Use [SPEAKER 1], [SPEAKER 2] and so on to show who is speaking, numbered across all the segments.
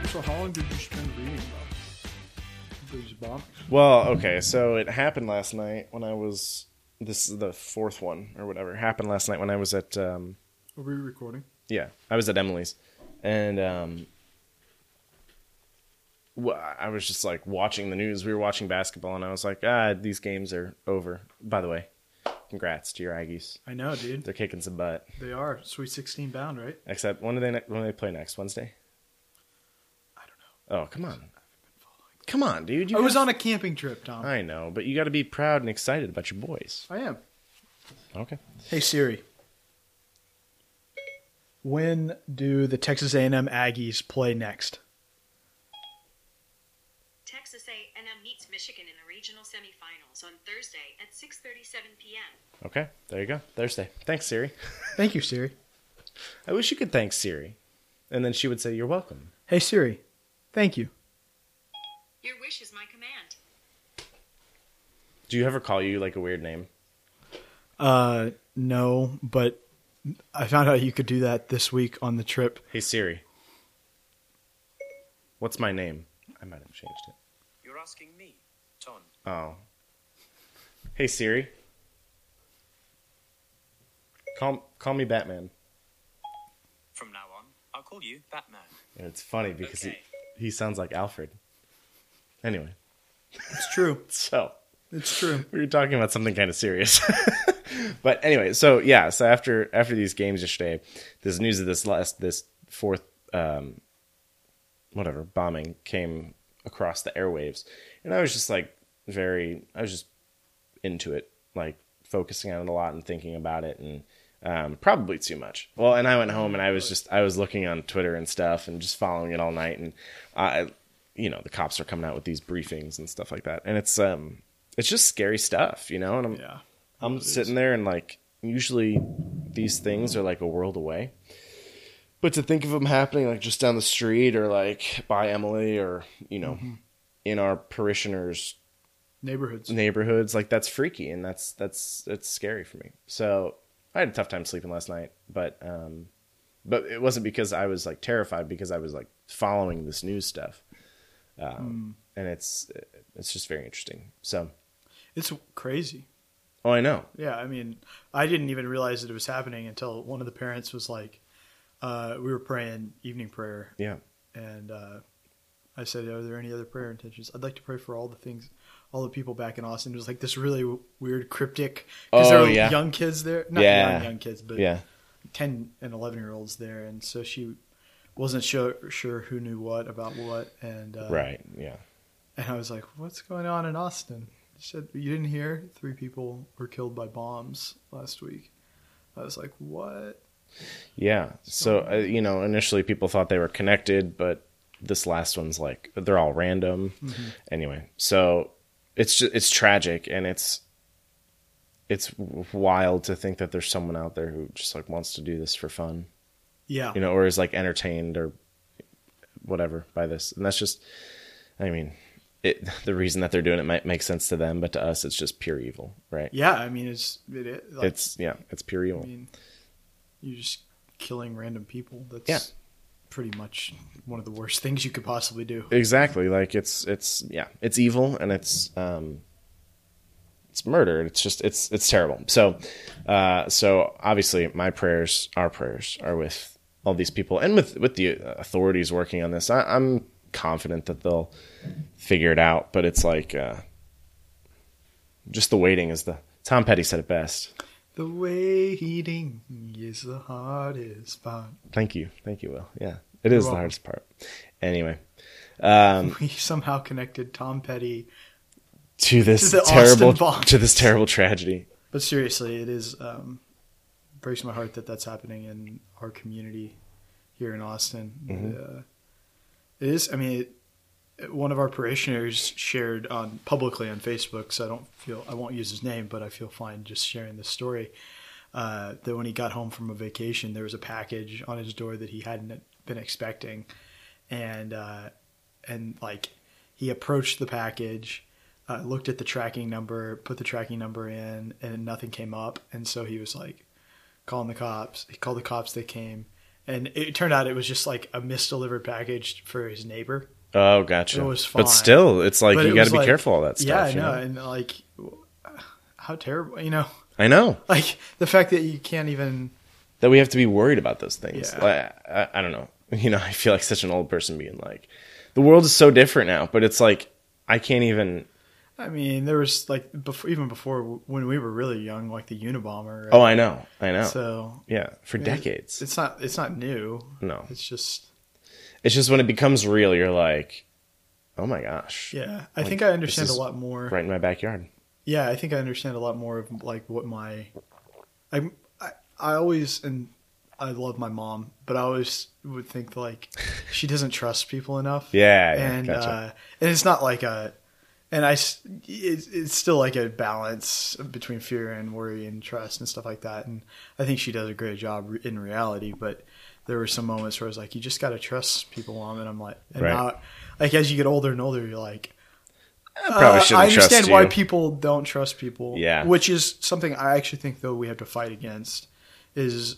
[SPEAKER 1] could just been reading about these bombings.
[SPEAKER 2] Well, okay, so it happened last night when I was. This is the fourth one or whatever. Happened last night when I was at. Um,
[SPEAKER 1] Are we recording?
[SPEAKER 2] yeah, I was at Emily's, and um, wh- I was just like watching the news. We were watching basketball, and I was like, ah, these games are over. By the way, congrats to your Aggies.
[SPEAKER 1] I know, dude.
[SPEAKER 2] They're kicking some butt.
[SPEAKER 1] They are Sweet 16 bound, right?
[SPEAKER 2] Except when do they ne- when do they play next Wednesday?
[SPEAKER 1] I don't know.
[SPEAKER 2] Oh, come on, come on, dude! You
[SPEAKER 1] I was
[SPEAKER 2] have-
[SPEAKER 1] on a camping trip, Tom.
[SPEAKER 2] I know, but you got to be proud and excited about your boys.
[SPEAKER 1] I am.
[SPEAKER 2] Okay.
[SPEAKER 1] Hey Siri. When do the Texas A&M Aggies play next?
[SPEAKER 3] Texas A&M meets Michigan in the regional semifinals on Thursday at 6:37 p.m.
[SPEAKER 2] Okay, there you go. Thursday. Thanks, Siri.
[SPEAKER 1] Thank you, Siri.
[SPEAKER 2] I wish you could thank Siri. And then she would say, You're welcome.
[SPEAKER 1] Hey Siri. Thank you.
[SPEAKER 3] Your wish is my command.
[SPEAKER 2] Do you ever call you like a weird name?
[SPEAKER 1] Uh no, but I found out you could do that this week on the trip.
[SPEAKER 2] Hey, Siri. What's my name? I might have changed it.
[SPEAKER 4] You're asking me, Ton.
[SPEAKER 2] Oh. Hey, Siri. Call, call me Batman.
[SPEAKER 4] From now on, I'll call you Batman.
[SPEAKER 2] And it's funny because
[SPEAKER 4] Okay.
[SPEAKER 2] he, he sounds like Alfred. Anyway,
[SPEAKER 1] It's true.
[SPEAKER 2] so.
[SPEAKER 1] It's true.
[SPEAKER 2] we were talking about something kind of serious. but anyway, so yeah, so after after these games yesterday, this news of this last this fourth um whatever bombing came across the airwaves. And I was just like very I was just into it, like focusing on it a lot and thinking about it and um, probably too much. Well, and I went home and I was just I was looking on Twitter and stuff and just following it all night and I you know, the cops are coming out with these briefings and stuff like that. And it's um it's just scary stuff, you know, and I'm
[SPEAKER 1] Yeah.
[SPEAKER 2] I'm sitting there and like usually these things are like a world away. But to think of them happening like just down the street or like by Emily or, you know,
[SPEAKER 1] Mm-hmm.
[SPEAKER 2] in our parishioners
[SPEAKER 1] Neighborhoods.
[SPEAKER 2] neighborhoods like that's freaky and that's that's that's scary for me so i had a tough time sleeping last night but um but it wasn't because i was like terrified because i was like following this news stuff um
[SPEAKER 1] Hmm.
[SPEAKER 2] and it's it's just very interesting so
[SPEAKER 1] It's crazy.
[SPEAKER 2] oh i know
[SPEAKER 1] Yeah, I mean, I didn't even realize that it was happening until one of the parents was like, uh, we were praying evening prayer,
[SPEAKER 2] yeah
[SPEAKER 1] and uh, I said, "Are there any other prayer intentions? I'd like to pray for all the things, all the people back in Austin." It was like this really w- weird, cryptic because
[SPEAKER 2] Oh,
[SPEAKER 1] there were
[SPEAKER 2] yeah.
[SPEAKER 1] young kids there, not
[SPEAKER 2] Yeah.
[SPEAKER 1] young, young kids, but
[SPEAKER 2] yeah
[SPEAKER 1] ten and eleven year olds there, and so she wasn't sure sure who knew what about what, and uh,
[SPEAKER 2] right yeah
[SPEAKER 1] and I was like, "What's going on in Austin?" She said, "You didn't hear? Three people were killed by bombs last week." I was like, "What?"
[SPEAKER 2] yeah so uh, you know initially people thought they were connected but this last one's like they're all random anyway so it's just it's tragic and it's it's wild to think that there's someone out there who just like wants to do this for fun
[SPEAKER 1] Yeah,
[SPEAKER 2] you know or is like entertained or whatever by this and that's just i mean it, the reason that they're doing it might make sense to them but to us it's just pure evil right
[SPEAKER 1] yeah. I mean, it's it. it like,
[SPEAKER 2] it's yeah it's pure evil
[SPEAKER 1] I mean, you're just killing random people. That's
[SPEAKER 2] Yeah.
[SPEAKER 1] pretty much one of the worst things you could possibly do.
[SPEAKER 2] exactly like it's it's yeah it's evil and it's um it's murder it's just it's it's terrible so uh so obviously my prayers our prayers are with all these people and with with the authorities working on this I, i'm confident that they'll figure it out but it's like uh just the waiting is the tom petty said it best
[SPEAKER 1] The waiting is the hardest part.
[SPEAKER 2] thank you thank you will yeah it is the
[SPEAKER 1] welcome.
[SPEAKER 2] hardest part anyway um
[SPEAKER 1] We somehow connected Tom Petty,
[SPEAKER 2] to this
[SPEAKER 1] To the
[SPEAKER 2] terrible
[SPEAKER 1] Austin bombs.
[SPEAKER 2] to this terrible tragedy
[SPEAKER 1] but seriously, it is um, breaks my heart that that's happening in our community here in Austin. Uh, it is. I mean. It, one of our parishioners shared on publicly on Facebook, so I don't feel I won't use his name, but I feel fine just sharing this story. uh, that when he got home from a vacation, there was a package on his door that he hadn't been expecting, and uh, and like he approached the package, uh, looked at the tracking number, put the tracking number in, and nothing came up, and so he was like calling the cops. He called the cops, they came, and it turned out it was just like a misdelivered package for his neighbor.
[SPEAKER 2] Oh, gotcha.
[SPEAKER 1] It was fine.
[SPEAKER 2] But still, it's like
[SPEAKER 1] But
[SPEAKER 2] you
[SPEAKER 1] it
[SPEAKER 2] got
[SPEAKER 1] was
[SPEAKER 2] to be
[SPEAKER 1] like-
[SPEAKER 2] careful all that stuff.
[SPEAKER 1] yeah, I
[SPEAKER 2] you
[SPEAKER 1] know. And like, w- how terrible, you know,
[SPEAKER 2] I know
[SPEAKER 1] like the fact that you can't even.
[SPEAKER 2] that we have to be worried about those things.
[SPEAKER 1] Yeah.
[SPEAKER 2] Like, I, I don't know. You know, I feel like such an old person being like, the world is so different now. But it's like I can't even.
[SPEAKER 1] I mean, there was like before, even before when we were really young, like the Unabomber.
[SPEAKER 2] Oh, I know. I know.
[SPEAKER 1] So
[SPEAKER 2] yeah, for decades.
[SPEAKER 1] it's not it's not new.
[SPEAKER 2] no,
[SPEAKER 1] It's just
[SPEAKER 2] it's just when it becomes real, you're like, oh my gosh,
[SPEAKER 1] yeah. I
[SPEAKER 2] Like,
[SPEAKER 1] think I understand
[SPEAKER 2] this
[SPEAKER 1] a
[SPEAKER 2] is
[SPEAKER 1] lot more.
[SPEAKER 2] right in my backyard.
[SPEAKER 1] yeah i think i understand a lot more of like what my i i, I always and i love my mom but i always would think like she doesn't trust people enough
[SPEAKER 2] Yeah, yeah,
[SPEAKER 1] and
[SPEAKER 2] gotcha.
[SPEAKER 1] uh and it's not like a and i s- it, it's still like a balance between fear and worry and trust and stuff like that and i think she does a great job re- in reality but there were some moments where i was like you just got to trust people mom and i'm like and
[SPEAKER 2] Right.
[SPEAKER 1] now like as you get older and older you're like
[SPEAKER 2] I probably
[SPEAKER 1] uh,
[SPEAKER 2] shouldn't
[SPEAKER 1] I understand
[SPEAKER 2] trust you.
[SPEAKER 1] why people don't trust people.
[SPEAKER 2] Yeah.
[SPEAKER 1] which is something I actually think though we have to fight against is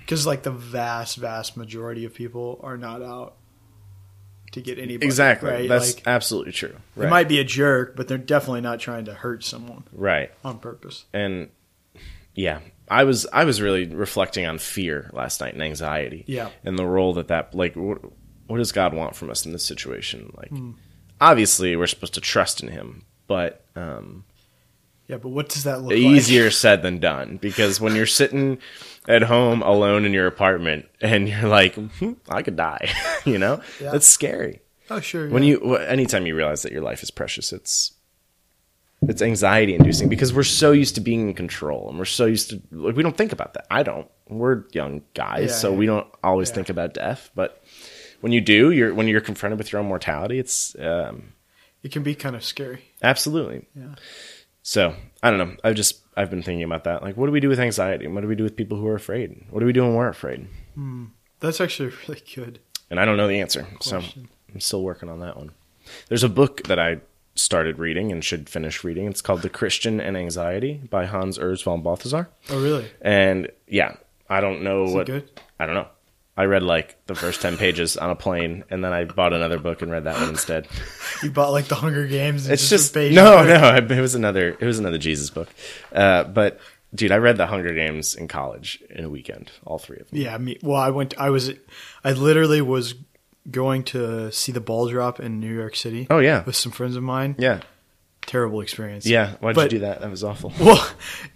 [SPEAKER 1] because like the vast, vast majority of people are not out to get anybody.
[SPEAKER 2] exactly.
[SPEAKER 1] right?
[SPEAKER 2] That's
[SPEAKER 1] like,
[SPEAKER 2] absolutely true.
[SPEAKER 1] they
[SPEAKER 2] Right.
[SPEAKER 1] might be a jerk, but they're definitely not trying to hurt someone
[SPEAKER 2] right.
[SPEAKER 1] on purpose.
[SPEAKER 2] and yeah i was i was really reflecting on fear last night and anxiety
[SPEAKER 1] Yeah.
[SPEAKER 2] and the role that that like what, what does god want from us in this situation like obviously we're supposed to trust in him but um e-,
[SPEAKER 1] Yeah, but what does that look
[SPEAKER 2] easier
[SPEAKER 1] like?
[SPEAKER 2] said than done because when you're sitting at home alone in your apartment and you're like "Hmm, i could die you know
[SPEAKER 1] Yeah.
[SPEAKER 2] that's scary
[SPEAKER 1] Oh, sure.
[SPEAKER 2] when
[SPEAKER 1] yeah.
[SPEAKER 2] you wh- anytime you realize that your life is precious it's it's anxiety inducing because we're so used to being in control and we're so used to like we don't think about that i don't we're young guys
[SPEAKER 1] Yeah,
[SPEAKER 2] so
[SPEAKER 1] yeah.
[SPEAKER 2] we don't always
[SPEAKER 1] Yeah.
[SPEAKER 2] think about death but when you do you're when you're confronted with your own mortality it's um
[SPEAKER 1] it can be kind of scary.
[SPEAKER 2] absolutely
[SPEAKER 1] Yeah.
[SPEAKER 2] so i don't know i've just i've been thinking about that like what do we do with anxiety and what do we do with people who are afraid what do we do when we're afraid
[SPEAKER 1] That's actually a really good.
[SPEAKER 2] and I don't know the answer.
[SPEAKER 1] Question.
[SPEAKER 2] So I'm still working on that one. There's a book that I started reading and should finish reading. It's called The Christian and Anxiety by Hans Urs von Balthasar.
[SPEAKER 1] Oh, really?
[SPEAKER 2] And yeah, I don't know
[SPEAKER 1] Is it
[SPEAKER 2] what
[SPEAKER 1] good?
[SPEAKER 2] I don't know. I read like the first 10 pages on a plane and then I bought another book and read that one instead.
[SPEAKER 1] You bought like the Hunger Games. And
[SPEAKER 2] It's
[SPEAKER 1] a
[SPEAKER 2] just
[SPEAKER 1] page
[SPEAKER 2] No,
[SPEAKER 1] of it.
[SPEAKER 2] no, I- it was another it was another Jesus book. Uh, but dude, I read The Hunger Games in college in a weekend, all three of them.
[SPEAKER 1] Yeah, me. Well, I went. I was. I literally was going to see the ball drop in New York City.
[SPEAKER 2] Oh yeah.
[SPEAKER 1] with some friends of mine.
[SPEAKER 2] Yeah.
[SPEAKER 1] Terrible experience.
[SPEAKER 2] Yeah, why'd
[SPEAKER 1] But-
[SPEAKER 2] you do that? That was awful.
[SPEAKER 1] Well,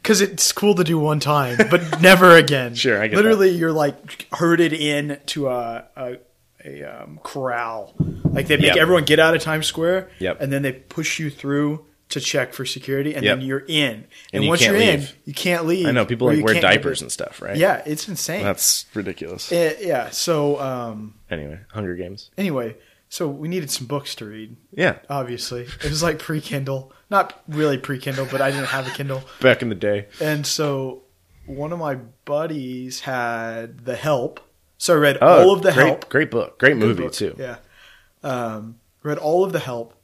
[SPEAKER 1] because it's cool to do one time, but never again.
[SPEAKER 2] Sure, I get
[SPEAKER 1] literally you're like herded in to a a, a um, corral. Like they make
[SPEAKER 2] Yeah.
[SPEAKER 1] everyone get out of Times Square.
[SPEAKER 2] Yep.
[SPEAKER 1] and then they push you through. To check for security, and
[SPEAKER 2] Yep.
[SPEAKER 1] then you're in. And,
[SPEAKER 2] you
[SPEAKER 1] once
[SPEAKER 2] can't
[SPEAKER 1] you're in,
[SPEAKER 2] leave.
[SPEAKER 1] you can't leave.
[SPEAKER 2] I know people
[SPEAKER 1] or
[SPEAKER 2] like
[SPEAKER 1] you
[SPEAKER 2] wear
[SPEAKER 1] can't get
[SPEAKER 2] diapers
[SPEAKER 1] the-
[SPEAKER 2] and stuff, right?
[SPEAKER 1] Yeah, it's insane.
[SPEAKER 2] That's ridiculous.
[SPEAKER 1] Eh, yeah. So, um,
[SPEAKER 2] Anyway, Hunger Games.
[SPEAKER 1] anyway, so we needed some books to read.
[SPEAKER 2] Yeah.
[SPEAKER 1] Obviously, it was like pre-Kindle, not really pre-Kindle, but I didn't have a Kindle,
[SPEAKER 2] Back in the day.
[SPEAKER 1] and so one of my buddies had The Help, so I read
[SPEAKER 2] Oh,
[SPEAKER 1] all of The
[SPEAKER 2] great,
[SPEAKER 1] Help.
[SPEAKER 2] Great book. Great
[SPEAKER 1] Good
[SPEAKER 2] movie
[SPEAKER 1] book.
[SPEAKER 2] too.
[SPEAKER 1] Yeah, um, read all of The Help,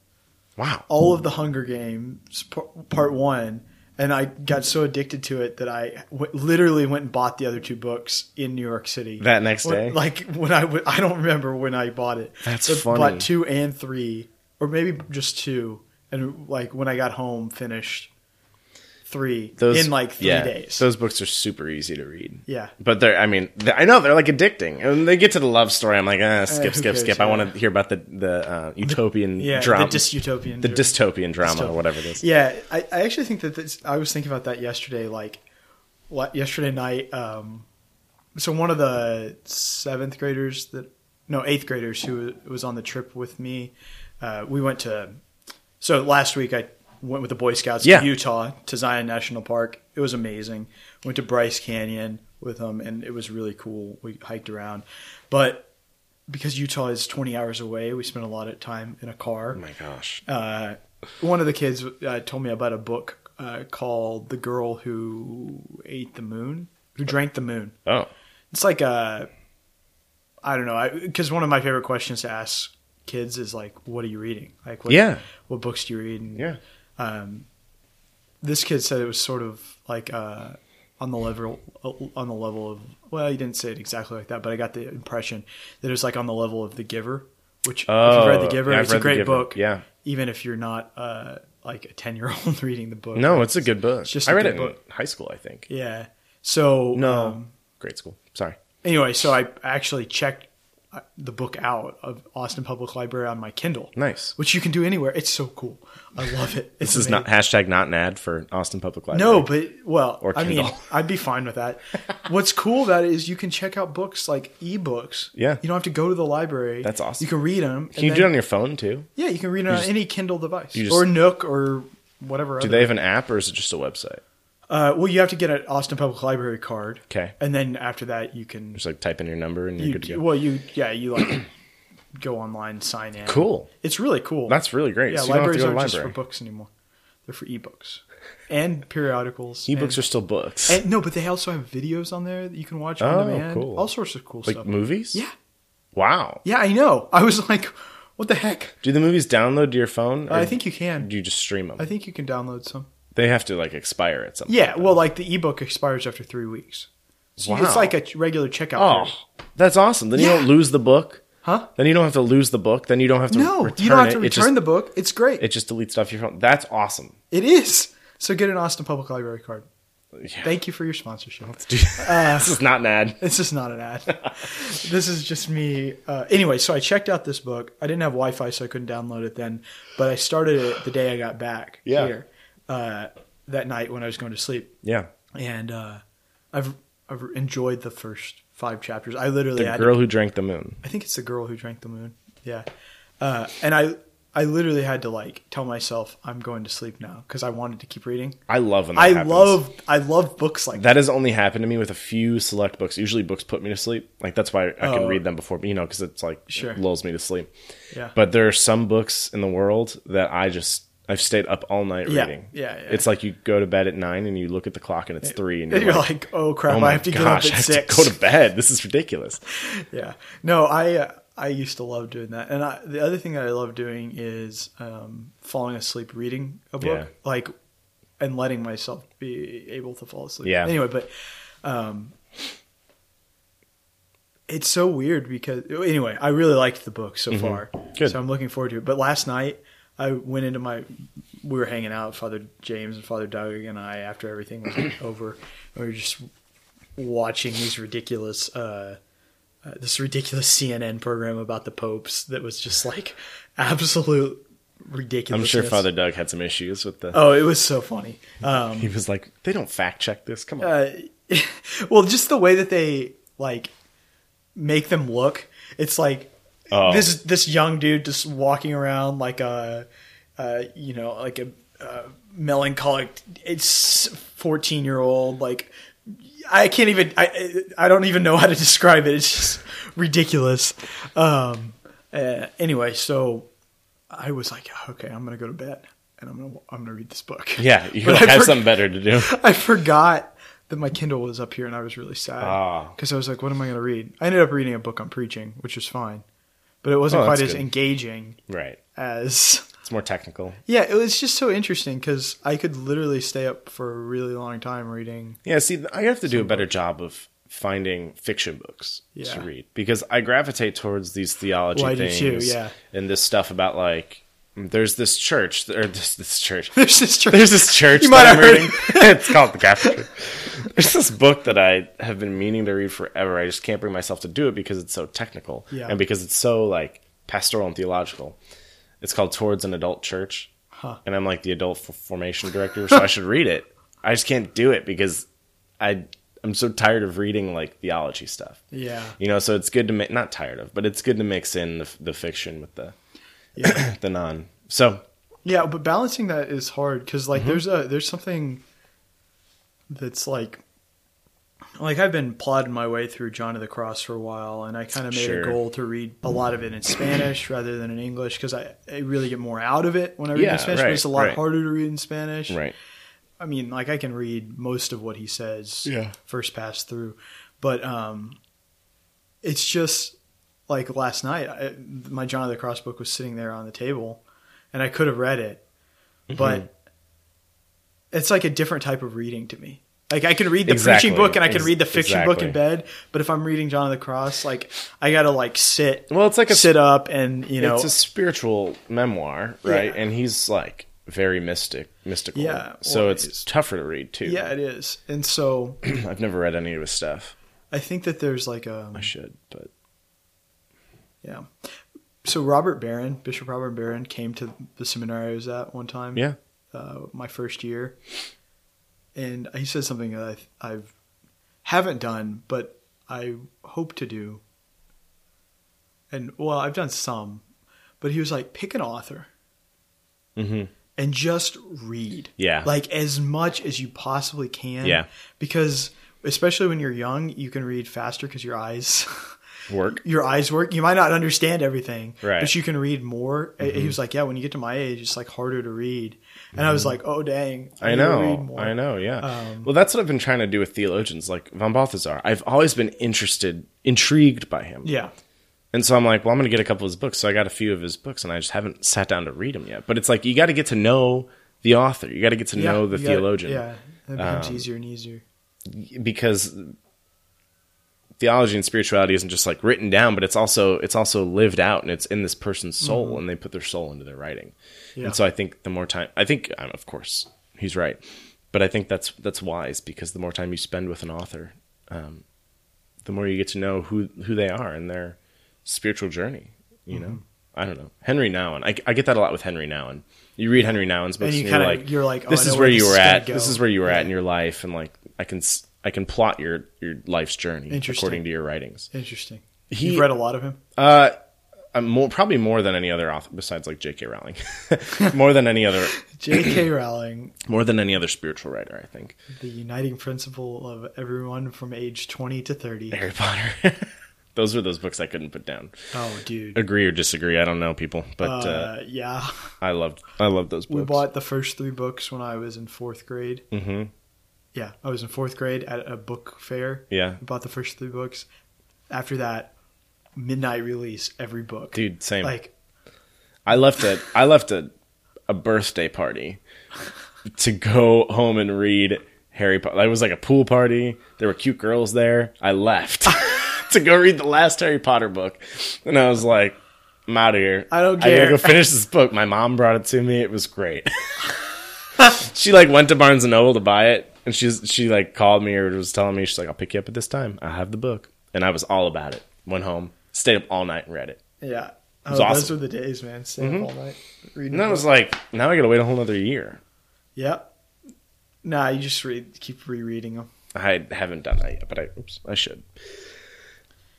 [SPEAKER 2] Wow.
[SPEAKER 1] all of The Hunger Games par- Part One, and I got so addicted to it that I w- literally went and bought the other two books in New York City
[SPEAKER 2] That next
[SPEAKER 1] When-
[SPEAKER 2] day.
[SPEAKER 1] like when I w- I don't remember when I bought it.
[SPEAKER 2] That's
[SPEAKER 1] But
[SPEAKER 2] funny.
[SPEAKER 1] Bought two and three, or maybe just two, and like when I got home, finished three in like three
[SPEAKER 2] yeah,
[SPEAKER 1] days.
[SPEAKER 2] Those books are super easy to read.
[SPEAKER 1] yeah,
[SPEAKER 2] But they're, I mean, they I know they're like addicting. And when they get to the love story, I'm like, ah, skip,
[SPEAKER 1] Uh, who
[SPEAKER 2] skip,
[SPEAKER 1] cares,
[SPEAKER 2] skip. I
[SPEAKER 1] yeah.
[SPEAKER 2] want to hear about the, the uh, utopian
[SPEAKER 1] yeah,
[SPEAKER 2] drama.
[SPEAKER 1] the dystopian,
[SPEAKER 2] the dystopian drama
[SPEAKER 1] Dystopian.
[SPEAKER 2] or whatever it is.
[SPEAKER 1] Yeah, I, I actually think that this, I was thinking about that yesterday. Like, la- yesterday night, um, so one of the seventh graders that, no, eighth graders who was on the trip with me, uh, we went to, so last week I went with the Boy Scouts
[SPEAKER 2] Yeah.
[SPEAKER 1] to Utah to Zion National Park. It was amazing. Went to Bryce Canyon with them, and it was really cool. We hiked around. But because Utah is 20 hours away, we spent a lot of time in a car
[SPEAKER 2] Oh my gosh.
[SPEAKER 1] uh, one of the kids uh, told me about a book uh, called "The Girl Who Ate the Moon," who drank the moon.
[SPEAKER 2] Oh,
[SPEAKER 1] It's like a, I don't know, because one of my favorite questions to ask kids is like, "What are you reading?" Like, what,
[SPEAKER 2] Yeah.
[SPEAKER 1] what books do you read? And,
[SPEAKER 2] yeah.
[SPEAKER 1] um, this kid said it was sort of like uh, on the level uh, on the level of well, he didn't say it exactly like that, but I got the impression that it was like on the level of The Giver, which if
[SPEAKER 2] Oh,
[SPEAKER 1] you've read The Giver,
[SPEAKER 2] yeah, I've
[SPEAKER 1] it's a
[SPEAKER 2] read The
[SPEAKER 1] great
[SPEAKER 2] Giver.
[SPEAKER 1] book.
[SPEAKER 2] Yeah.
[SPEAKER 1] Even if you're not uh, like a ten year old reading the book.
[SPEAKER 2] No, it's a good book.
[SPEAKER 1] It's just
[SPEAKER 2] I
[SPEAKER 1] a
[SPEAKER 2] read
[SPEAKER 1] good
[SPEAKER 2] it
[SPEAKER 1] book.
[SPEAKER 2] in high school, I think.
[SPEAKER 1] Yeah. So
[SPEAKER 2] No,
[SPEAKER 1] um,
[SPEAKER 2] grade school. Sorry.
[SPEAKER 1] anyway, so I actually checked uh, the book out of Austin Public Library on my Kindle.
[SPEAKER 2] Nice.
[SPEAKER 1] Which you can do anywhere. It's so cool. I love it. It's
[SPEAKER 2] This is
[SPEAKER 1] amazing.
[SPEAKER 2] not hashtag not an ad for Austin Public Library.
[SPEAKER 1] No, but well,
[SPEAKER 2] Or
[SPEAKER 1] I mean,
[SPEAKER 2] Kindle.
[SPEAKER 1] I'd be fine with that. What's cool about it is you can check out books like ebooks.
[SPEAKER 2] Yeah.
[SPEAKER 1] you don't have to go to the library.
[SPEAKER 2] That's awesome.
[SPEAKER 1] You can read them.
[SPEAKER 2] can you do it on your phone too?
[SPEAKER 1] Yeah, you can read it on
[SPEAKER 2] just-
[SPEAKER 1] any Kindle device
[SPEAKER 2] you just-
[SPEAKER 1] or Nook or whatever.
[SPEAKER 2] Do
[SPEAKER 1] other.
[SPEAKER 2] they have an app or is it just a website?
[SPEAKER 1] Uh, well, you have to get an Austin Public Library card.
[SPEAKER 2] Okay.
[SPEAKER 1] and then after that, you can.
[SPEAKER 2] Just like type in your number and you're
[SPEAKER 1] You,
[SPEAKER 2] good to go.
[SPEAKER 1] well, you yeah, you like go online, sign in.
[SPEAKER 2] cool.
[SPEAKER 1] It's really cool.
[SPEAKER 2] That's really great.
[SPEAKER 1] yeah.
[SPEAKER 2] so you don't have to
[SPEAKER 1] libraries
[SPEAKER 2] go to
[SPEAKER 1] aren't just for
[SPEAKER 2] library.
[SPEAKER 1] books anymore; they're for ebooks and periodicals.
[SPEAKER 2] Ebooks
[SPEAKER 1] and-
[SPEAKER 2] are still books.
[SPEAKER 1] And, no, but they also have videos on there that you can watch
[SPEAKER 2] Oh,
[SPEAKER 1] on demand.
[SPEAKER 2] cool.
[SPEAKER 1] All sorts of cool
[SPEAKER 2] like
[SPEAKER 1] stuff.
[SPEAKER 2] movies?
[SPEAKER 1] Yeah,
[SPEAKER 2] Wow.
[SPEAKER 1] yeah, I know. I was like, what the heck?
[SPEAKER 2] Do the movies download to your phone? Or
[SPEAKER 1] I think you can.
[SPEAKER 2] do you just stream them?
[SPEAKER 1] I think you can download some.
[SPEAKER 2] they have to like expire at some
[SPEAKER 1] Yeah,
[SPEAKER 2] point,
[SPEAKER 1] well, like the ebook expires after three weeks, so
[SPEAKER 2] Wow.
[SPEAKER 1] it's like a regular checkout.
[SPEAKER 2] though.
[SPEAKER 1] period.
[SPEAKER 2] Oh, that's awesome. Then you
[SPEAKER 1] Yeah.
[SPEAKER 2] don't lose the book.
[SPEAKER 1] Huh?
[SPEAKER 2] Then you don't have to lose the book. Then you don't have to
[SPEAKER 1] No,
[SPEAKER 2] return
[SPEAKER 1] you don't have to
[SPEAKER 2] it.
[SPEAKER 1] return
[SPEAKER 2] It just-
[SPEAKER 1] the book. It's great.
[SPEAKER 2] it just deletes stuff your phone. That's awesome.
[SPEAKER 1] it is. So get an Austin Public Library card.
[SPEAKER 2] Yeah.
[SPEAKER 1] Thank you for your sponsorship. Uh,
[SPEAKER 2] this is not an ad.
[SPEAKER 1] This is not an ad. this is just me. Uh, anyway, so I checked out this book. I didn't have Wi Fi, so I couldn't download it then, but I started it the day I got back
[SPEAKER 2] Yeah.
[SPEAKER 1] here uh, that night when I was going to sleep.
[SPEAKER 2] Yeah.
[SPEAKER 1] And uh, I've, I've enjoyed the first five chapters. I literally
[SPEAKER 2] The
[SPEAKER 1] had
[SPEAKER 2] girl who drank the moon.
[SPEAKER 1] I think it's the girl who drank the moon. Yeah. Uh, and I I literally had to like tell myself I'm going to sleep now because I wanted to keep reading.
[SPEAKER 2] I love when that
[SPEAKER 1] I
[SPEAKER 2] happens.
[SPEAKER 1] love I love books like that.
[SPEAKER 2] that has only happened to me with a few select books. Usually, books put me to sleep. Like that's why I can
[SPEAKER 1] Oh.
[SPEAKER 2] read them before you know because it's like
[SPEAKER 1] Sure.
[SPEAKER 2] it lulls me to sleep.
[SPEAKER 1] Yeah.
[SPEAKER 2] But there are some books in the world that I just I've stayed up all night
[SPEAKER 1] Yeah.
[SPEAKER 2] reading.
[SPEAKER 1] Yeah, yeah.
[SPEAKER 2] It's like you go to bed at nine and you look at the clock and it's three and
[SPEAKER 1] you're,
[SPEAKER 2] you're, like,
[SPEAKER 1] like, oh crap!
[SPEAKER 2] oh
[SPEAKER 1] I
[SPEAKER 2] my
[SPEAKER 1] have to
[SPEAKER 2] gosh,
[SPEAKER 1] get up
[SPEAKER 2] I
[SPEAKER 1] at
[SPEAKER 2] have
[SPEAKER 1] six.
[SPEAKER 2] to go to bed. This is ridiculous.
[SPEAKER 1] yeah. No, I uh, I used to love doing that. And I, the other thing that I love doing is um, falling asleep reading a book,
[SPEAKER 2] Yeah.
[SPEAKER 1] like, and letting myself be able to fall asleep.
[SPEAKER 2] Yeah.
[SPEAKER 1] Anyway, but um, it's so weird because anyway, I really liked the book so far,
[SPEAKER 2] Mm-hmm. Good.
[SPEAKER 1] so I'm looking forward to it. But last night. I went into my. We were hanging out, Father James and Father Doug and I, after everything was over. We were just watching these ridiculous uh, uh, this ridiculous CNN program about the popes that was just like absolute ridiculous.
[SPEAKER 2] I'm sure Father Doug had some issues with the.
[SPEAKER 1] Oh, it was so funny. Um,
[SPEAKER 2] He was like, they don't fact check this. Come on.
[SPEAKER 1] uh, well, just the way that they like make them look. It's like
[SPEAKER 2] Oh.
[SPEAKER 1] this this young dude just walking around like a uh, you know like a uh, melancholic it's 14 year old like I can't even I I don't even know how to describe it. It's just ridiculous. Um, uh, anyway, so I was like, okay, I'm gonna go to bed and I'm gonna I'm gonna read this book.
[SPEAKER 2] yeah, you
[SPEAKER 1] But
[SPEAKER 2] have
[SPEAKER 1] I forgot-
[SPEAKER 2] something better to do.
[SPEAKER 1] I forgot that my Kindle was up here, and I was really sad
[SPEAKER 2] Ah.
[SPEAKER 1] because I was like, "What am I going to read?" I ended up reading a book on preaching, which was fine, but it wasn't
[SPEAKER 2] Oh,
[SPEAKER 1] quite
[SPEAKER 2] that's
[SPEAKER 1] as
[SPEAKER 2] good.
[SPEAKER 1] engaging
[SPEAKER 2] right.
[SPEAKER 1] as.
[SPEAKER 2] It's more technical.
[SPEAKER 1] Yeah, it was just so interesting because I could literally stay up for a really long time reading.
[SPEAKER 2] Yeah, see, I have to do a better job of finding fiction books
[SPEAKER 1] Yeah.
[SPEAKER 2] to read because I gravitate towards these theology
[SPEAKER 1] Well, I do
[SPEAKER 2] things
[SPEAKER 1] too, yeah.
[SPEAKER 2] and this stuff about like there's this church or this this church.
[SPEAKER 1] There's this church.
[SPEAKER 2] There's this church
[SPEAKER 1] You might
[SPEAKER 2] that I'm
[SPEAKER 1] have heard
[SPEAKER 2] reading. it's called The Catholic Church. There's this book that I have been meaning to read forever. I just can't bring myself to do it because it's so technical
[SPEAKER 1] Yeah.
[SPEAKER 2] and because it's so like pastoral and theological. It's called Towards an Adult Church, and I'm like the adult f- formation director, so I should read it. I just can't do it because I I'm so tired of reading like theology stuff.
[SPEAKER 1] Yeah.
[SPEAKER 2] you know, so it's good to ma- not tired of, but it's good to mix in the f- the fiction with the the non. So
[SPEAKER 1] Yeah, but balancing that is hard because
[SPEAKER 2] Mm-hmm.
[SPEAKER 1] like there's a there's something that's like like I've been plodding my way through John of the Cross for a while, and I kind of made
[SPEAKER 2] Sure.
[SPEAKER 1] a goal to read a lot of it in Spanish rather than in English because I, I really get more out of it when I read it
[SPEAKER 2] Yeah,
[SPEAKER 1] in Spanish.
[SPEAKER 2] right,
[SPEAKER 1] but it's a lot
[SPEAKER 2] right.
[SPEAKER 1] harder to read in Spanish.
[SPEAKER 2] right,
[SPEAKER 1] I mean, like I can read most of what he says
[SPEAKER 2] Yeah.
[SPEAKER 1] first pass through, but um, it's just like last night. I, my John of the Cross book was sitting there on the table, and
[SPEAKER 2] Mm-hmm.
[SPEAKER 1] I could have read it, but it's like a different type of reading to me. Like I can read the
[SPEAKER 2] Exactly.
[SPEAKER 1] preaching book and I can
[SPEAKER 2] Ex-
[SPEAKER 1] read the fiction book in
[SPEAKER 2] exactly.
[SPEAKER 1] bed, but if I'm reading John of the Cross, like I gotta like sit,
[SPEAKER 2] Well, it's like a
[SPEAKER 1] sit up and you know,
[SPEAKER 2] it's a spiritual memoir, right?
[SPEAKER 1] Yeah.
[SPEAKER 2] And he's like very mystic, mystical.
[SPEAKER 1] Yeah,
[SPEAKER 2] so
[SPEAKER 1] well,
[SPEAKER 2] it's
[SPEAKER 1] it's-
[SPEAKER 2] tougher to read too.
[SPEAKER 1] yeah, it is. And so
[SPEAKER 2] I've never read any of his stuff.
[SPEAKER 1] I think that there's like um, a
[SPEAKER 2] I should, but
[SPEAKER 1] yeah. So Robert Barron, Bishop Robert Barron, came to the seminary I was at one time.
[SPEAKER 2] yeah,
[SPEAKER 1] uh, my first year, and he said something that I've, I've haven't done, but I hope to do. And well, I've done some, but he was like, pick an author
[SPEAKER 2] Mhm.
[SPEAKER 1] and just read,
[SPEAKER 2] Yeah.
[SPEAKER 1] like as much as you possibly can,
[SPEAKER 2] Yeah.
[SPEAKER 1] because especially when you're young, you can read faster because your eyes.
[SPEAKER 2] work.
[SPEAKER 1] your eyes work. You might not understand everything,
[SPEAKER 2] Right. Mm-hmm.
[SPEAKER 1] but you can read more. And He was like, "Yeah, when you get to my age, it's like harder to read." And I was like, "Oh dang,
[SPEAKER 2] I
[SPEAKER 1] need to
[SPEAKER 2] know, I know, yeah.
[SPEAKER 1] Um,
[SPEAKER 2] well, that's what I've been trying to do with theologians, like von Balthasar. I've always been interested, intrigued by him,
[SPEAKER 1] Yeah,
[SPEAKER 2] and so I'm like, well, I'm going to get a couple of his books. So I got a few of his books, and I just haven't sat down to read them yet. But it's like you got to get to know the author, you got to get to
[SPEAKER 1] yeah,
[SPEAKER 2] know the
[SPEAKER 1] you gotta-
[SPEAKER 2] theologian, Um,
[SPEAKER 1] Yeah, that becomes easier and easier.
[SPEAKER 2] because theology and spirituality isn't just like written down but it's also it's also lived out and it's in this person's soul and they put their soul into their writing
[SPEAKER 1] Mm-hmm. Yeah.
[SPEAKER 2] and so i think the more time i think um, of course he's right but i think that's that's wise because the more time you spend with an author um, the more you get to know who who they are and their spiritual journey you know
[SPEAKER 1] Mm-hmm.
[SPEAKER 2] i don't know henry nowen I, I get that a lot with henry nowen you read henry nowen's books
[SPEAKER 1] you
[SPEAKER 2] and, you are
[SPEAKER 1] kinda-
[SPEAKER 2] like
[SPEAKER 1] you're like, oh, I
[SPEAKER 2] this
[SPEAKER 1] know
[SPEAKER 2] is
[SPEAKER 1] where
[SPEAKER 2] where
[SPEAKER 1] this
[SPEAKER 2] you
[SPEAKER 1] is
[SPEAKER 2] were
[SPEAKER 1] gonna
[SPEAKER 2] at
[SPEAKER 1] go.
[SPEAKER 2] this is where you were at
[SPEAKER 1] Yeah.
[SPEAKER 2] in your life and like i can s- i can plot your your life's journey
[SPEAKER 1] Interesting.
[SPEAKER 2] according to your writings
[SPEAKER 1] Interesting.
[SPEAKER 2] He-
[SPEAKER 1] You've read a lot of him.
[SPEAKER 2] uh I'm more, probably more than any other author besides like J.K. Rowling, more than any other,
[SPEAKER 1] J.K. Rowling,
[SPEAKER 2] more than any other spiritual writer, I think.
[SPEAKER 1] the uniting principle of everyone from age twenty to thirty.
[SPEAKER 2] Harry Potter. those were those books I couldn't put down.
[SPEAKER 1] Oh, dude.
[SPEAKER 2] Agree or disagree, I don't know, people, but uh,
[SPEAKER 1] Uh, yeah,
[SPEAKER 2] I loved, I loved those books.
[SPEAKER 1] we bought the first three books when I was in fourth grade.
[SPEAKER 2] hmm
[SPEAKER 1] Yeah, I was in fourth grade at a book fair.
[SPEAKER 2] Yeah,
[SPEAKER 1] I bought the first three books. After that, midnight release every book.
[SPEAKER 2] dude, same.
[SPEAKER 1] Like
[SPEAKER 2] I left a I left a a birthday party to go home and read Harry Potter. It was like a pool party. There were cute girls there. I left to go read the last Harry Potter book, and I was like, "I'm out of here.
[SPEAKER 1] I don't
[SPEAKER 2] I gotta
[SPEAKER 1] care."
[SPEAKER 2] go finish this book." My mom brought it to me. It was great. she like went to Barnes and Noble to buy it, and she's she like called me or was telling me she's like, "I'll pick you up at this time. I have the book," and I was all about it. Went home, stayed up all night and read it.
[SPEAKER 1] yeah. Oh,
[SPEAKER 2] was
[SPEAKER 1] Those
[SPEAKER 2] awesome.
[SPEAKER 1] were the days, man. Staying up all night reading.
[SPEAKER 2] And I was like, "Now I gotta wait a whole other year."
[SPEAKER 1] yep. Nah, you just read, keep rereading them.
[SPEAKER 2] I haven't done that yet, but I oops, I should.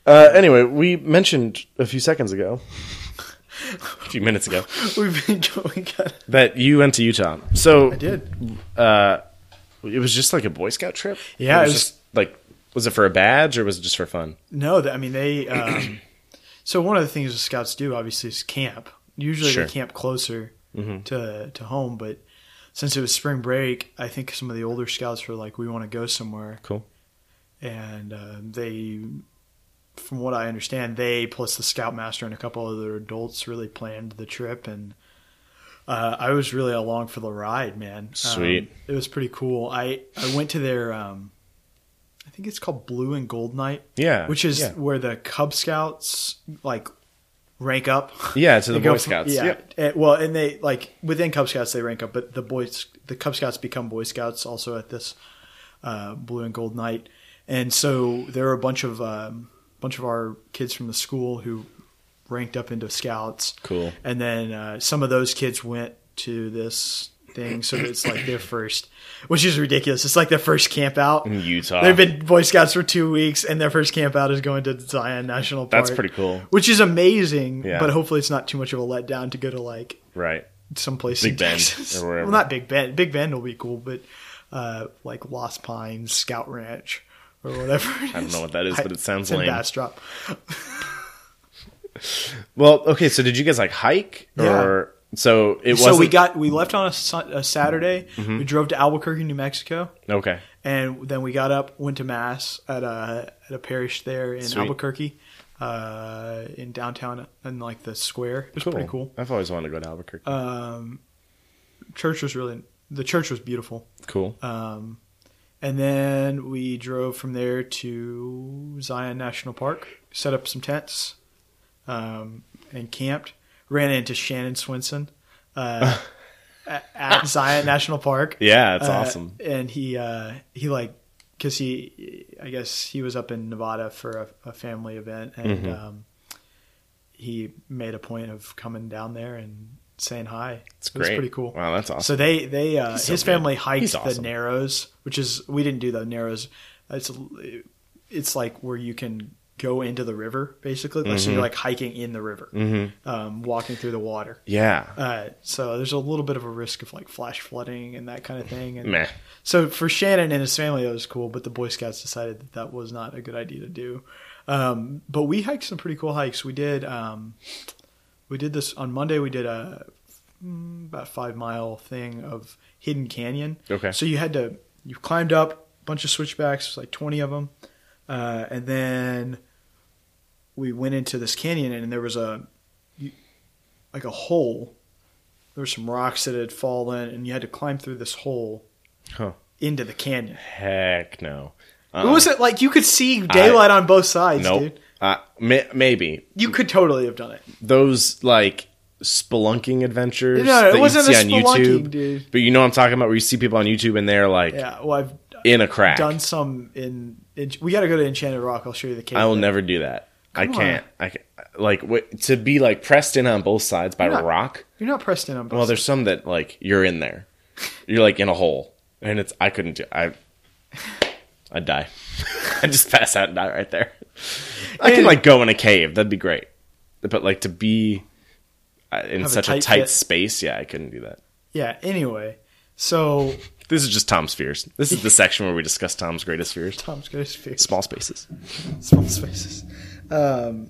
[SPEAKER 2] Uh, anyway, we mentioned a few seconds ago, a few minutes ago,
[SPEAKER 1] We've been going. Kind of,
[SPEAKER 2] that you went to Utah. So
[SPEAKER 1] I did.
[SPEAKER 2] it was just like a Boy Scout trip.
[SPEAKER 1] Yeah,
[SPEAKER 2] it was,
[SPEAKER 1] it was-
[SPEAKER 2] just like was it for a badge or was it just for fun?
[SPEAKER 1] No, that I mean they. Um, so one of the things the scouts do, obviously, is camp. Usually
[SPEAKER 2] Sure. Mm-hmm.
[SPEAKER 1] they camp closer to to home, but since it was spring break, I think some of the older scouts were like, "We want to go somewhere."
[SPEAKER 2] Cool.
[SPEAKER 1] and uh, they from what i understand they plus the scoutmaster and a couple other adults really planned the trip and uh, i was really along for the ride man Um,
[SPEAKER 2] Sweet.
[SPEAKER 1] it was pretty cool i i went to their um i think it's called blue and gold night
[SPEAKER 2] Yeah,
[SPEAKER 1] which is
[SPEAKER 2] yeah,
[SPEAKER 1] where the cub scouts like rank up
[SPEAKER 2] Yeah, to the
[SPEAKER 1] They go
[SPEAKER 2] Boy
[SPEAKER 1] from-
[SPEAKER 2] Scouts.
[SPEAKER 1] yeah.
[SPEAKER 2] yeah.
[SPEAKER 1] And- well, and they like within Cub Scouts they rank up, but the boys, the Cub Scouts become Boy Scouts also at this uh, Blue and Gold Night, and so there were a bunch of um, bunch of our kids from the school who ranked up into Scouts.
[SPEAKER 2] Cool.
[SPEAKER 1] And then uh, some of those kids went to this thing, so it's like their first, which is ridiculous. It's like their first camp out.
[SPEAKER 2] in Utah.
[SPEAKER 1] They've been Boy Scouts for two weeks, and their first camp out is going to Zion National Park.
[SPEAKER 2] That's pretty cool.
[SPEAKER 1] Which is amazing,
[SPEAKER 2] Yeah.
[SPEAKER 1] but hopefully it's not too much of a letdown to go to like
[SPEAKER 2] right.
[SPEAKER 1] someplace
[SPEAKER 2] Big
[SPEAKER 1] in
[SPEAKER 2] Bend
[SPEAKER 1] Texas.
[SPEAKER 2] or wherever.
[SPEAKER 1] Well, not Big Bend. Big Bend will be cool, but uh, like Lost Pines, Scout Ranch, or whatever. I
[SPEAKER 2] don't know what that is, but it sounds lame.
[SPEAKER 1] In Bastrop.
[SPEAKER 2] Well, okay. So did you guys like hike
[SPEAKER 1] Yeah.
[SPEAKER 2] or so it Mm-hmm. was?
[SPEAKER 1] So we got we left on a, Sun- a Saturday. We drove to Albuquerque, New Mexico.
[SPEAKER 2] okay.
[SPEAKER 1] and then we got up, went to mass at a at a parish there in
[SPEAKER 2] Sweet.
[SPEAKER 1] Albuquerque, uh, in downtown, in like the square. It was pretty cool. Uh,
[SPEAKER 2] I've always wanted to go to Albuquerque.
[SPEAKER 1] Um, church was really the church was beautiful,
[SPEAKER 2] cool.
[SPEAKER 1] And then we drove from there to Zion National Park, set up some tents, um, and camped. Ran into Shannon Swinson uh, a- at Zion National Park.
[SPEAKER 2] Yeah, it's
[SPEAKER 1] Uh,
[SPEAKER 2] awesome.
[SPEAKER 1] And he uh, he like because he I guess he was up in Nevada for a, a family event and
[SPEAKER 2] Mm-hmm.
[SPEAKER 1] um, he made a point of coming down there and saying hi.
[SPEAKER 2] It's
[SPEAKER 1] It
[SPEAKER 2] great.
[SPEAKER 1] was pretty cool.
[SPEAKER 2] Wow, that's awesome.
[SPEAKER 1] So they they uh,
[SPEAKER 2] He's so
[SPEAKER 1] his
[SPEAKER 2] good.
[SPEAKER 1] family hiked
[SPEAKER 2] He's
[SPEAKER 1] the
[SPEAKER 2] awesome.
[SPEAKER 1] Narrows, which is we didn't do the Narrows. It's it's like where you can go into the river basically. Like,
[SPEAKER 2] Mm-hmm.
[SPEAKER 1] So you're like hiking in the river, um, walking through the water.
[SPEAKER 2] yeah.
[SPEAKER 1] Uh, so there's a little bit of a risk of like flash flooding and that kind of thing. And
[SPEAKER 2] Meh.
[SPEAKER 1] so for Shannon and his family, that was cool, but the Boy Scouts decided that that was not a good idea to do. Um, but we hiked some pretty cool hikes. We did, um, we did this on Monday. We did a mm, about five mile thing of Hidden Canyon.
[SPEAKER 2] Okay.
[SPEAKER 1] So you had to you climbed up a bunch of switchbacks, like twenty of them, uh, and then we went into this canyon and there was a you- like a hole. There were some rocks that had fallen, and you had to climb through this hole
[SPEAKER 2] Huh.
[SPEAKER 1] into the canyon.
[SPEAKER 2] Heck no. Uh-uh.
[SPEAKER 1] It wasn't like you could see daylight on both sides,
[SPEAKER 2] Nope.
[SPEAKER 1] dude.
[SPEAKER 2] Uh, may, maybe
[SPEAKER 1] You could totally have done it.
[SPEAKER 2] those like spelunking adventures
[SPEAKER 1] No, it
[SPEAKER 2] that you
[SPEAKER 1] wasn't
[SPEAKER 2] see
[SPEAKER 1] a
[SPEAKER 2] on YouTube.
[SPEAKER 1] spelunking, dude.
[SPEAKER 2] But you know what I'm talking about, where you see people on YouTube and they're like
[SPEAKER 1] Yeah. Well, I've
[SPEAKER 2] in a crack.
[SPEAKER 1] done some in. in we got to go to Enchanted Rock. I'll show you the cave.
[SPEAKER 2] I will
[SPEAKER 1] there.
[SPEAKER 2] never do that. I
[SPEAKER 1] Come
[SPEAKER 2] can't. I can like w- to be like pressed in on both sides by
[SPEAKER 1] You're not-
[SPEAKER 2] rock.
[SPEAKER 1] You're not pressed in on both.
[SPEAKER 2] Well, there's some that like you're in there. You're like in a hole, and it's I couldn't do. I I'd die. I would just pass out and die right there. I can
[SPEAKER 1] And-
[SPEAKER 2] like go in a cave. That'd be great. But like to be uh, in
[SPEAKER 1] Have a
[SPEAKER 2] such a
[SPEAKER 1] tight
[SPEAKER 2] tight
[SPEAKER 1] fit.
[SPEAKER 2] space, yeah, I couldn't do that.
[SPEAKER 1] Yeah. Anyway, so
[SPEAKER 2] This is just Tom's fears. This is the section where we discuss Tom's greatest fears.
[SPEAKER 1] Tom's got his face.
[SPEAKER 2] Small spaces.
[SPEAKER 1] Small spaces. Um,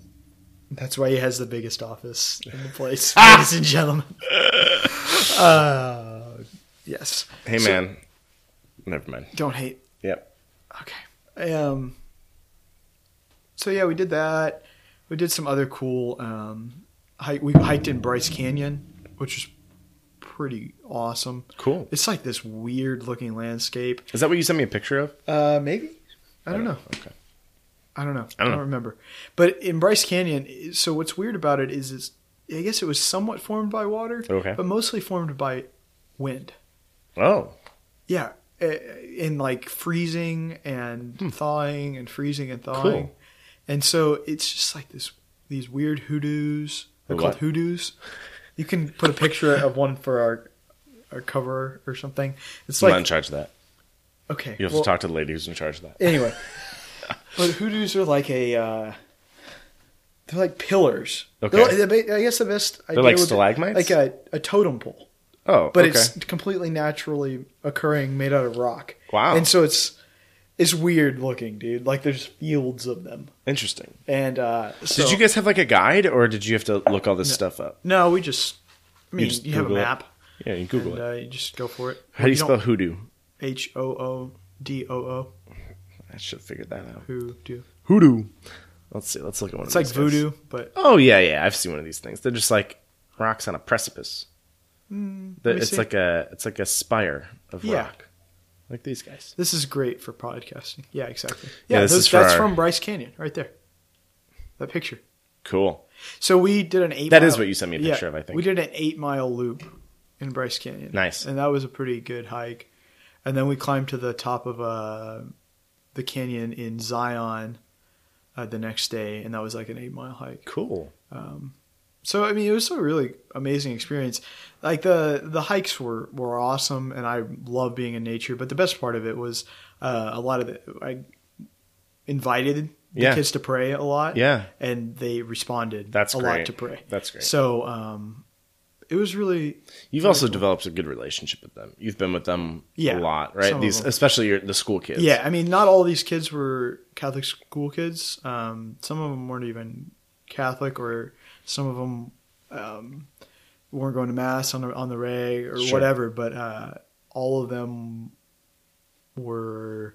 [SPEAKER 1] that's why he has the biggest office in the place, ladies and gentlemen. Uh, yes.
[SPEAKER 2] Hey
[SPEAKER 1] So-
[SPEAKER 2] man. Never mind.
[SPEAKER 1] Don't hate.
[SPEAKER 2] Yep.
[SPEAKER 1] Okay. Um. So yeah, we did that. We did some other cool. Um, hike. We hiked in Bryce Canyon, which is pretty awesome.
[SPEAKER 2] Cool.
[SPEAKER 1] It's like this weird looking landscape.
[SPEAKER 2] Is that what you sent me a picture of?
[SPEAKER 1] Uh, maybe. I don't know.
[SPEAKER 2] Okay.
[SPEAKER 1] I don't know.
[SPEAKER 2] I
[SPEAKER 1] I don't,
[SPEAKER 2] don't know.
[SPEAKER 1] remember. But in Bryce Canyon, so what's weird about it is, it's, I guess it was somewhat formed by water,
[SPEAKER 2] Okay.
[SPEAKER 1] but mostly formed by wind.
[SPEAKER 2] Oh.
[SPEAKER 1] Yeah, uh, in like freezing and thawing and freezing and thawing,
[SPEAKER 2] Hmm. Cool.
[SPEAKER 1] and so it's just like this these weird hoodoos. They're
[SPEAKER 2] What?
[SPEAKER 1] called hoodoos. You can put a picture of one for our our cover or something. It's
[SPEAKER 2] Oh, I'm not in
[SPEAKER 1] like
[SPEAKER 2] charge of that.
[SPEAKER 1] okay,
[SPEAKER 2] You have
[SPEAKER 1] well,
[SPEAKER 2] to talk to the lady who's in charge of that.
[SPEAKER 1] anyway. But hoodoos are like a uh, they're like pillars.
[SPEAKER 2] Okay.
[SPEAKER 1] They're like- I guess the best idea
[SPEAKER 2] like
[SPEAKER 1] would be
[SPEAKER 2] stalagmites?
[SPEAKER 1] like a, a totem pole
[SPEAKER 2] Oh,
[SPEAKER 1] but
[SPEAKER 2] okay.
[SPEAKER 1] it's completely naturally occurring, made out of rock.
[SPEAKER 2] Wow.
[SPEAKER 1] And so it's it's weird looking, dude. Like there's fields of them,
[SPEAKER 2] interesting.
[SPEAKER 1] and uh, so,
[SPEAKER 2] did you guys have like a guide, or did you have to look all this stuff up?
[SPEAKER 1] No, we just. I mean, you,
[SPEAKER 2] just
[SPEAKER 1] have a
[SPEAKER 2] Google it.
[SPEAKER 1] map,
[SPEAKER 2] Yeah, you Google
[SPEAKER 1] and
[SPEAKER 2] it.
[SPEAKER 1] uh, you just go for it.
[SPEAKER 2] How do you, spell hoodoo?
[SPEAKER 1] H O O D O O?
[SPEAKER 2] I should have figured that out.
[SPEAKER 1] Who do?
[SPEAKER 2] Hoodoo. Let's see. Let's look at one.
[SPEAKER 1] It's
[SPEAKER 2] of
[SPEAKER 1] like
[SPEAKER 2] these guys.
[SPEAKER 1] voodoo, but
[SPEAKER 2] Oh yeah, yeah. I've seen one of these things. They're just like rocks on a precipice. The-
[SPEAKER 1] Hmm, let me
[SPEAKER 2] it's
[SPEAKER 1] see.
[SPEAKER 2] like a it's like a spire of
[SPEAKER 1] Yeah.
[SPEAKER 2] rock, like these guys.
[SPEAKER 1] this is great for podcasting. Yeah, exactly.
[SPEAKER 2] Yeah,
[SPEAKER 1] Yeah,
[SPEAKER 2] this
[SPEAKER 1] those,
[SPEAKER 2] is for
[SPEAKER 1] that's
[SPEAKER 2] our-
[SPEAKER 1] from Bryce Canyon, right there. That picture.
[SPEAKER 2] Cool.
[SPEAKER 1] So we did an eight.
[SPEAKER 2] That
[SPEAKER 1] That
[SPEAKER 2] is
[SPEAKER 1] is
[SPEAKER 2] what you sent me a picture of, I think.
[SPEAKER 1] we did an eight mile loop in Bryce Canyon.
[SPEAKER 2] Nice.
[SPEAKER 1] and that was a pretty good hike. And then we climbed to the top of uh, the canyon in Zion uh, the next day, and that was like an eight mile hike.
[SPEAKER 2] Cool.
[SPEAKER 1] So I mean, it was a really amazing experience. Like the the hikes were were awesome, and I love being in nature. But the best part of it was uh, a lot of the I invited the
[SPEAKER 2] Yeah.
[SPEAKER 1] kids to pray a lot.
[SPEAKER 2] Yeah.
[SPEAKER 1] and they responded.
[SPEAKER 2] That's
[SPEAKER 1] a
[SPEAKER 2] great.
[SPEAKER 1] lot to pray.
[SPEAKER 2] That's great.
[SPEAKER 1] So um, it was really
[SPEAKER 2] You've also developed a good relationship with them. You've been with them
[SPEAKER 1] Yeah,
[SPEAKER 2] a lot, right?
[SPEAKER 1] some of
[SPEAKER 2] These,
[SPEAKER 1] them.
[SPEAKER 2] especially your, the school kids.
[SPEAKER 1] yeah. I mean, not all these kids were Catholic school kids. Um, some of them weren't even Catholic, or some of them um, weren't going to mass on the on the reg or
[SPEAKER 2] Sure.
[SPEAKER 1] whatever. But uh, all of them were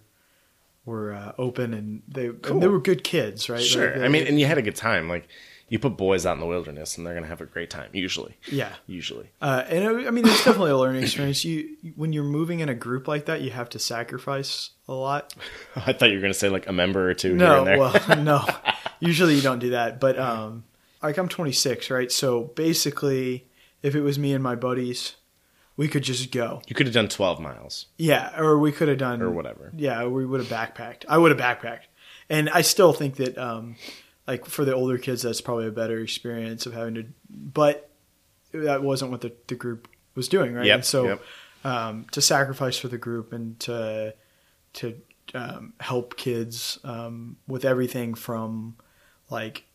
[SPEAKER 1] were uh, open and they and
[SPEAKER 2] Cool.
[SPEAKER 1] they were good kids, right?
[SPEAKER 2] Sure.
[SPEAKER 1] Like, they-
[SPEAKER 2] I mean, and you had a good time. Like you put boys out in the wilderness and they're going to have a great time usually.
[SPEAKER 1] Yeah.
[SPEAKER 2] Usually.
[SPEAKER 1] Uh, and I I mean, it's definitely a learning experience. You, when you're moving in a group like that, you have to sacrifice a lot.
[SPEAKER 2] I thought you were going to say like a member or two here
[SPEAKER 1] No,
[SPEAKER 2] and there.
[SPEAKER 1] well, no. Usually you don't do that, but um, like I'm 26, right? So basically, if it was me and my buddies, we could just go.
[SPEAKER 2] you could have done 12 miles
[SPEAKER 1] Yeah, or we could have done
[SPEAKER 2] or whatever.
[SPEAKER 1] Yeah, we would have backpacked. I would have backpacked, and I still think that, um, like for the older kids, that's probably a better experience of having to. But that wasn't what the, the group was doing, right?
[SPEAKER 2] Yep,
[SPEAKER 1] and so,
[SPEAKER 2] yep.
[SPEAKER 1] um, to sacrifice for the group and to to um, help kids um, with everything from like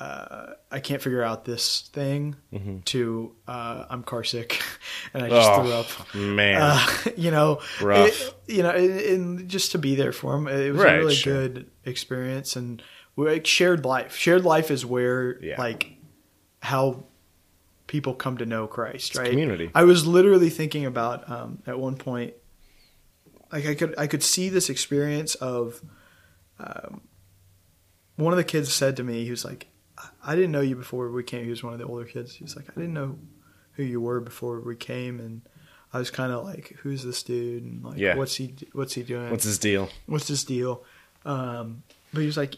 [SPEAKER 1] uh, I can't figure out this thing
[SPEAKER 2] Mm-hmm.
[SPEAKER 1] to uh, I'm car sick and I just
[SPEAKER 2] Oh.
[SPEAKER 1] threw up
[SPEAKER 2] Man.
[SPEAKER 1] uh, you know,
[SPEAKER 2] Rough.
[SPEAKER 1] it- you know, and, and just to be there for him, it was
[SPEAKER 2] Right,
[SPEAKER 1] a really
[SPEAKER 2] sure.
[SPEAKER 1] good experience, and we like, shared life. Shared life is where
[SPEAKER 2] Yeah.
[SPEAKER 1] like how people come to know Christ, right?
[SPEAKER 2] community.
[SPEAKER 1] I was literally thinking about um, at one point, like I could I could see this experience of. Um, one of the kids said to me, he was like, "I- "I didn't know you before we came." He was one of the older kids. He was like, "I didn't know who you were before we came," and I was kind of like, "Who's this dude?" And like,
[SPEAKER 2] Yeah.
[SPEAKER 1] "What's he? What's he doing?
[SPEAKER 2] What's his deal?
[SPEAKER 1] what's this deal? Um, but he was like,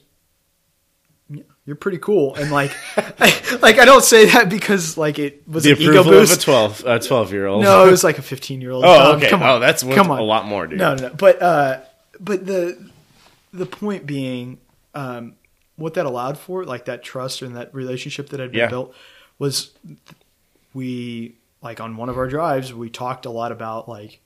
[SPEAKER 1] "Yeah, you're pretty cool. And like, I, like, I don't say that because like it was
[SPEAKER 2] The
[SPEAKER 1] an ego
[SPEAKER 2] approval of a
[SPEAKER 1] boost.
[SPEAKER 2] 12 a 12 year old.
[SPEAKER 1] no, it was like a 15 year old.
[SPEAKER 2] Oh, okay. Oh, that's worth a lot more, dude.
[SPEAKER 1] No, no, no. But, uh, but the, the point being, um, what that allowed for, like that trust and that relationship that had been
[SPEAKER 2] Yeah.
[SPEAKER 1] built was we like on one of our drives, we talked a lot about like,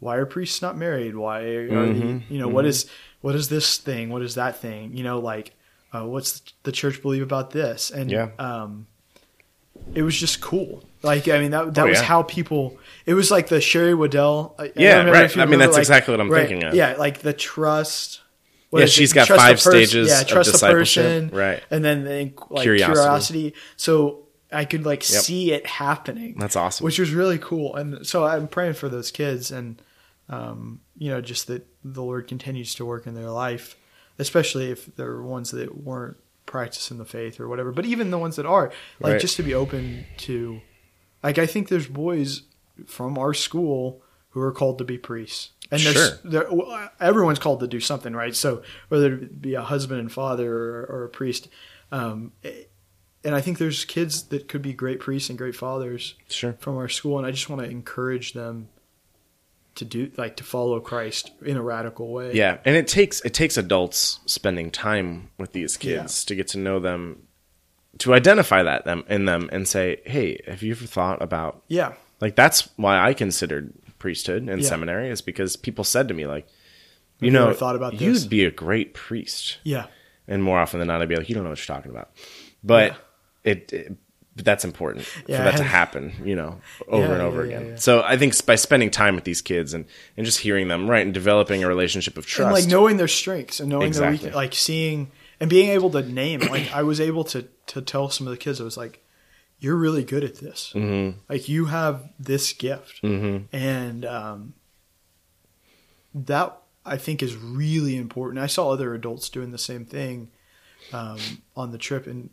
[SPEAKER 1] why are priests not married? Why are
[SPEAKER 2] Mm-hmm.
[SPEAKER 1] they, you know what is what is this thing? What is that thing? You know, like uh, what's the church believe about this? And
[SPEAKER 2] Yeah.
[SPEAKER 1] um, it was just cool. Like I mean that that
[SPEAKER 2] Oh,
[SPEAKER 1] was
[SPEAKER 2] yeah.
[SPEAKER 1] how people. It was like the Sherry Waddell. uh, I- I don't
[SPEAKER 2] Yeah,
[SPEAKER 1] remember
[SPEAKER 2] right.
[SPEAKER 1] if you
[SPEAKER 2] I mean,
[SPEAKER 1] remember,
[SPEAKER 2] that's exactly what I'm
[SPEAKER 1] right,
[SPEAKER 2] thinking of.
[SPEAKER 1] Yeah, like the trust. what
[SPEAKER 2] Yeah,
[SPEAKER 1] is it?
[SPEAKER 2] she's got
[SPEAKER 1] Trust the
[SPEAKER 2] five
[SPEAKER 1] pers-
[SPEAKER 2] stages
[SPEAKER 1] Yeah,
[SPEAKER 2] of
[SPEAKER 1] trust the
[SPEAKER 2] discipleship.
[SPEAKER 1] person.
[SPEAKER 2] Right.
[SPEAKER 1] and then the, like
[SPEAKER 2] Curiosity.
[SPEAKER 1] curiosity. So I could like
[SPEAKER 2] Yep.
[SPEAKER 1] see it happening.
[SPEAKER 2] That's awesome.
[SPEAKER 1] Which was really cool. And so I'm praying for those kids and um, you know, just that the Lord continues to work in their life, especially if they're ones that weren't practicing the faith or whatever. But even the ones that are, like
[SPEAKER 2] Right.
[SPEAKER 1] just to be open to like I think there's boys from our school who are called to be priests. And there's
[SPEAKER 2] Sure.
[SPEAKER 1] there, well, everyone's called to do something, right? So whether it be a husband and father or, or a priest, um, and I think there's kids that could be great priests and great fathers
[SPEAKER 2] Sure.
[SPEAKER 1] from our school, and I just want to encourage them to do like to follow Christ in a radical way.
[SPEAKER 2] Yeah, and it takes it takes adults spending time with these kids to get to know them, to identify that them in them, and say, "Hey, have you ever thought about
[SPEAKER 1] yeah,
[SPEAKER 2] like that's why I considered priesthood and
[SPEAKER 1] Yeah.
[SPEAKER 2] seminary is because people said to me like, you
[SPEAKER 1] you
[SPEAKER 2] know,
[SPEAKER 1] ever thought about
[SPEAKER 2] you'd
[SPEAKER 1] this?"
[SPEAKER 2] be a great priest,
[SPEAKER 1] yeah,
[SPEAKER 2] and more often than not, I'd be like, you don't know what you're talking about, but it. it but that's important
[SPEAKER 1] Yeah,
[SPEAKER 2] for
[SPEAKER 1] I
[SPEAKER 2] that to
[SPEAKER 1] had-
[SPEAKER 2] happen, you know, over
[SPEAKER 1] Yeah,
[SPEAKER 2] and over
[SPEAKER 1] yeah, yeah,
[SPEAKER 2] again.
[SPEAKER 1] yeah.
[SPEAKER 2] So I think s- by spending time with these kids and, and just hearing them, right, and developing a relationship of trust,
[SPEAKER 1] and like knowing their strengths and knowing their
[SPEAKER 2] Exactly.
[SPEAKER 1] weakness, like seeing and being able to name. Like I was able to to tell some of the kids, I was like, "You're really good at this.
[SPEAKER 2] Mm-hmm.
[SPEAKER 1] Like you have this gift," and um, that I think is really important. I saw other adults doing the same thing um, on the trip, and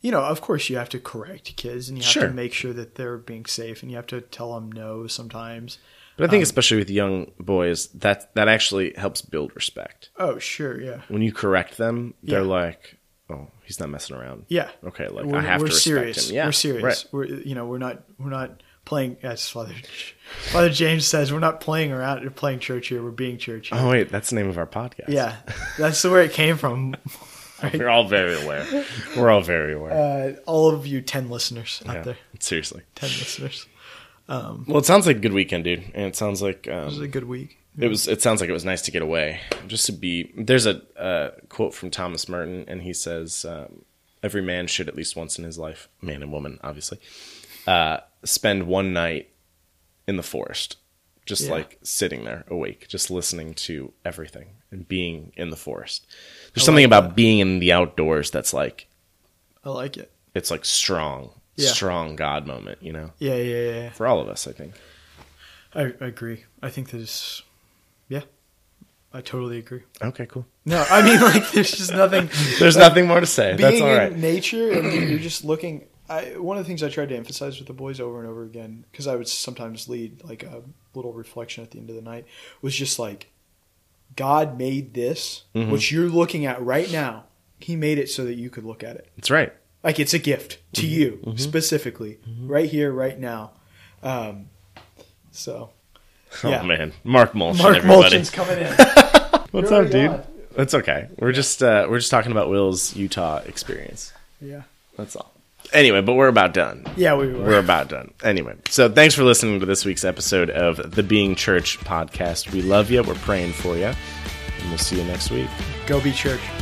[SPEAKER 1] you know, of course, you have to correct kids, and you have
[SPEAKER 2] Sure.
[SPEAKER 1] to make sure that they're being safe, and you have to tell them no sometimes.
[SPEAKER 2] But I
[SPEAKER 1] um,
[SPEAKER 2] think especially with young boys, that that actually helps build respect.
[SPEAKER 1] Oh, sure, yeah.
[SPEAKER 2] When you correct them, they're
[SPEAKER 1] Yeah.
[SPEAKER 2] like, "Oh, he's not messing around."
[SPEAKER 1] Yeah.
[SPEAKER 2] Okay, like, I have to respect
[SPEAKER 1] serious.
[SPEAKER 2] him. Yeah,
[SPEAKER 1] We're serious.
[SPEAKER 2] right.
[SPEAKER 1] We're you know, we're not we're not playing as Father Father James says, we're not playing around we're playing church here, we're being church here.
[SPEAKER 2] Oh wait, that's the name of our podcast.
[SPEAKER 1] yeah. That's the where it came from.
[SPEAKER 2] we're all very aware. We're all very aware.
[SPEAKER 1] Uh, all of you ten listeners out
[SPEAKER 2] Yeah.
[SPEAKER 1] there.
[SPEAKER 2] Seriously.
[SPEAKER 1] Ten listeners.
[SPEAKER 2] Well, it sounds like a good weekend, dude, and it sounds like
[SPEAKER 1] This is
[SPEAKER 2] um,
[SPEAKER 1] a good week.
[SPEAKER 2] it was. It sounds like it was nice to get away, just to be. There's a uh, quote from Thomas Merton, and he says, um, "Every man should at least once in his life, man and woman, obviously, uh, spend one night in the forest, just
[SPEAKER 1] Yeah.
[SPEAKER 2] like sitting there awake, just listening to everything and being in the forest. There's
[SPEAKER 1] I
[SPEAKER 2] something
[SPEAKER 1] like
[SPEAKER 2] about being in the outdoors that's like
[SPEAKER 1] I like it.
[SPEAKER 2] it's like strong,
[SPEAKER 1] Yeah.
[SPEAKER 2] strong God moment, you know,
[SPEAKER 1] Yeah, yeah, yeah, yeah.
[SPEAKER 2] for all of us, I think.
[SPEAKER 1] I, I agree. I think there's yeah. I totally agree.
[SPEAKER 2] Okay, cool.
[SPEAKER 1] No, I mean like there's just nothing.
[SPEAKER 2] There's nothing more to say. That's
[SPEAKER 1] being
[SPEAKER 2] all right.
[SPEAKER 1] in nature and you're just looking I, one of the things i tried to emphasize with the boys over and over again because i would sometimes lead like a little reflection at the end of the night was just like god made this
[SPEAKER 2] Mhm.
[SPEAKER 1] which you're looking at right now he made it so that you could look at it
[SPEAKER 2] That's right.
[SPEAKER 1] like it's a gift to
[SPEAKER 2] Mm-hmm.
[SPEAKER 1] you specifically right here right now um, so Yeah.
[SPEAKER 2] Oh man, Mark Mulchin,
[SPEAKER 1] mark
[SPEAKER 2] everybody.
[SPEAKER 1] mulchin's coming in
[SPEAKER 2] What's
[SPEAKER 1] You're
[SPEAKER 2] up, dude?
[SPEAKER 1] already on.
[SPEAKER 2] That's okay. We're just uh, we're just talking about Will's Utah experience.
[SPEAKER 1] yeah
[SPEAKER 2] That's all. Anyway, but we're about done.
[SPEAKER 1] yeah we were
[SPEAKER 2] We're about done. Anyway, so thanks for listening to this week's episode of the Being Church podcast. We love you. We're praying for you, and we'll see you next week.
[SPEAKER 1] go be church